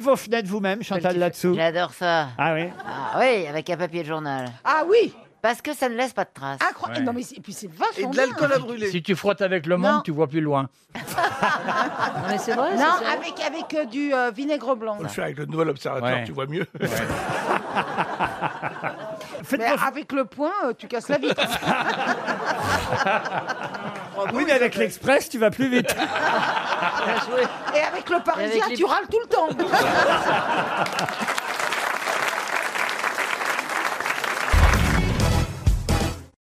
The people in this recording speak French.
vos fenêtres vous-même, Chantal, là-dessous J'adore ça. Ah oui Ah oui, avec un papier de journal. Ah oui Parce que ça ne laisse pas de traces. Incroyable Ouais. Non mais c'est- et puis c'est vachement Et de bien. l'alcool à brûler. Si tu frottes avec le Non. monde, tu vois plus loin. mais c'est vrai, Non, avec, avec euh, du euh, vinaigre blanc. On le fait avec le nouvel observateur, Ouais. tu vois mieux. Faites Mais vos- avec le poing, euh, tu casses la vitre. Ah Oui, mais avec l'Express, tu vas plus vite. Et avec le parisien, les- tu râles tout le temps.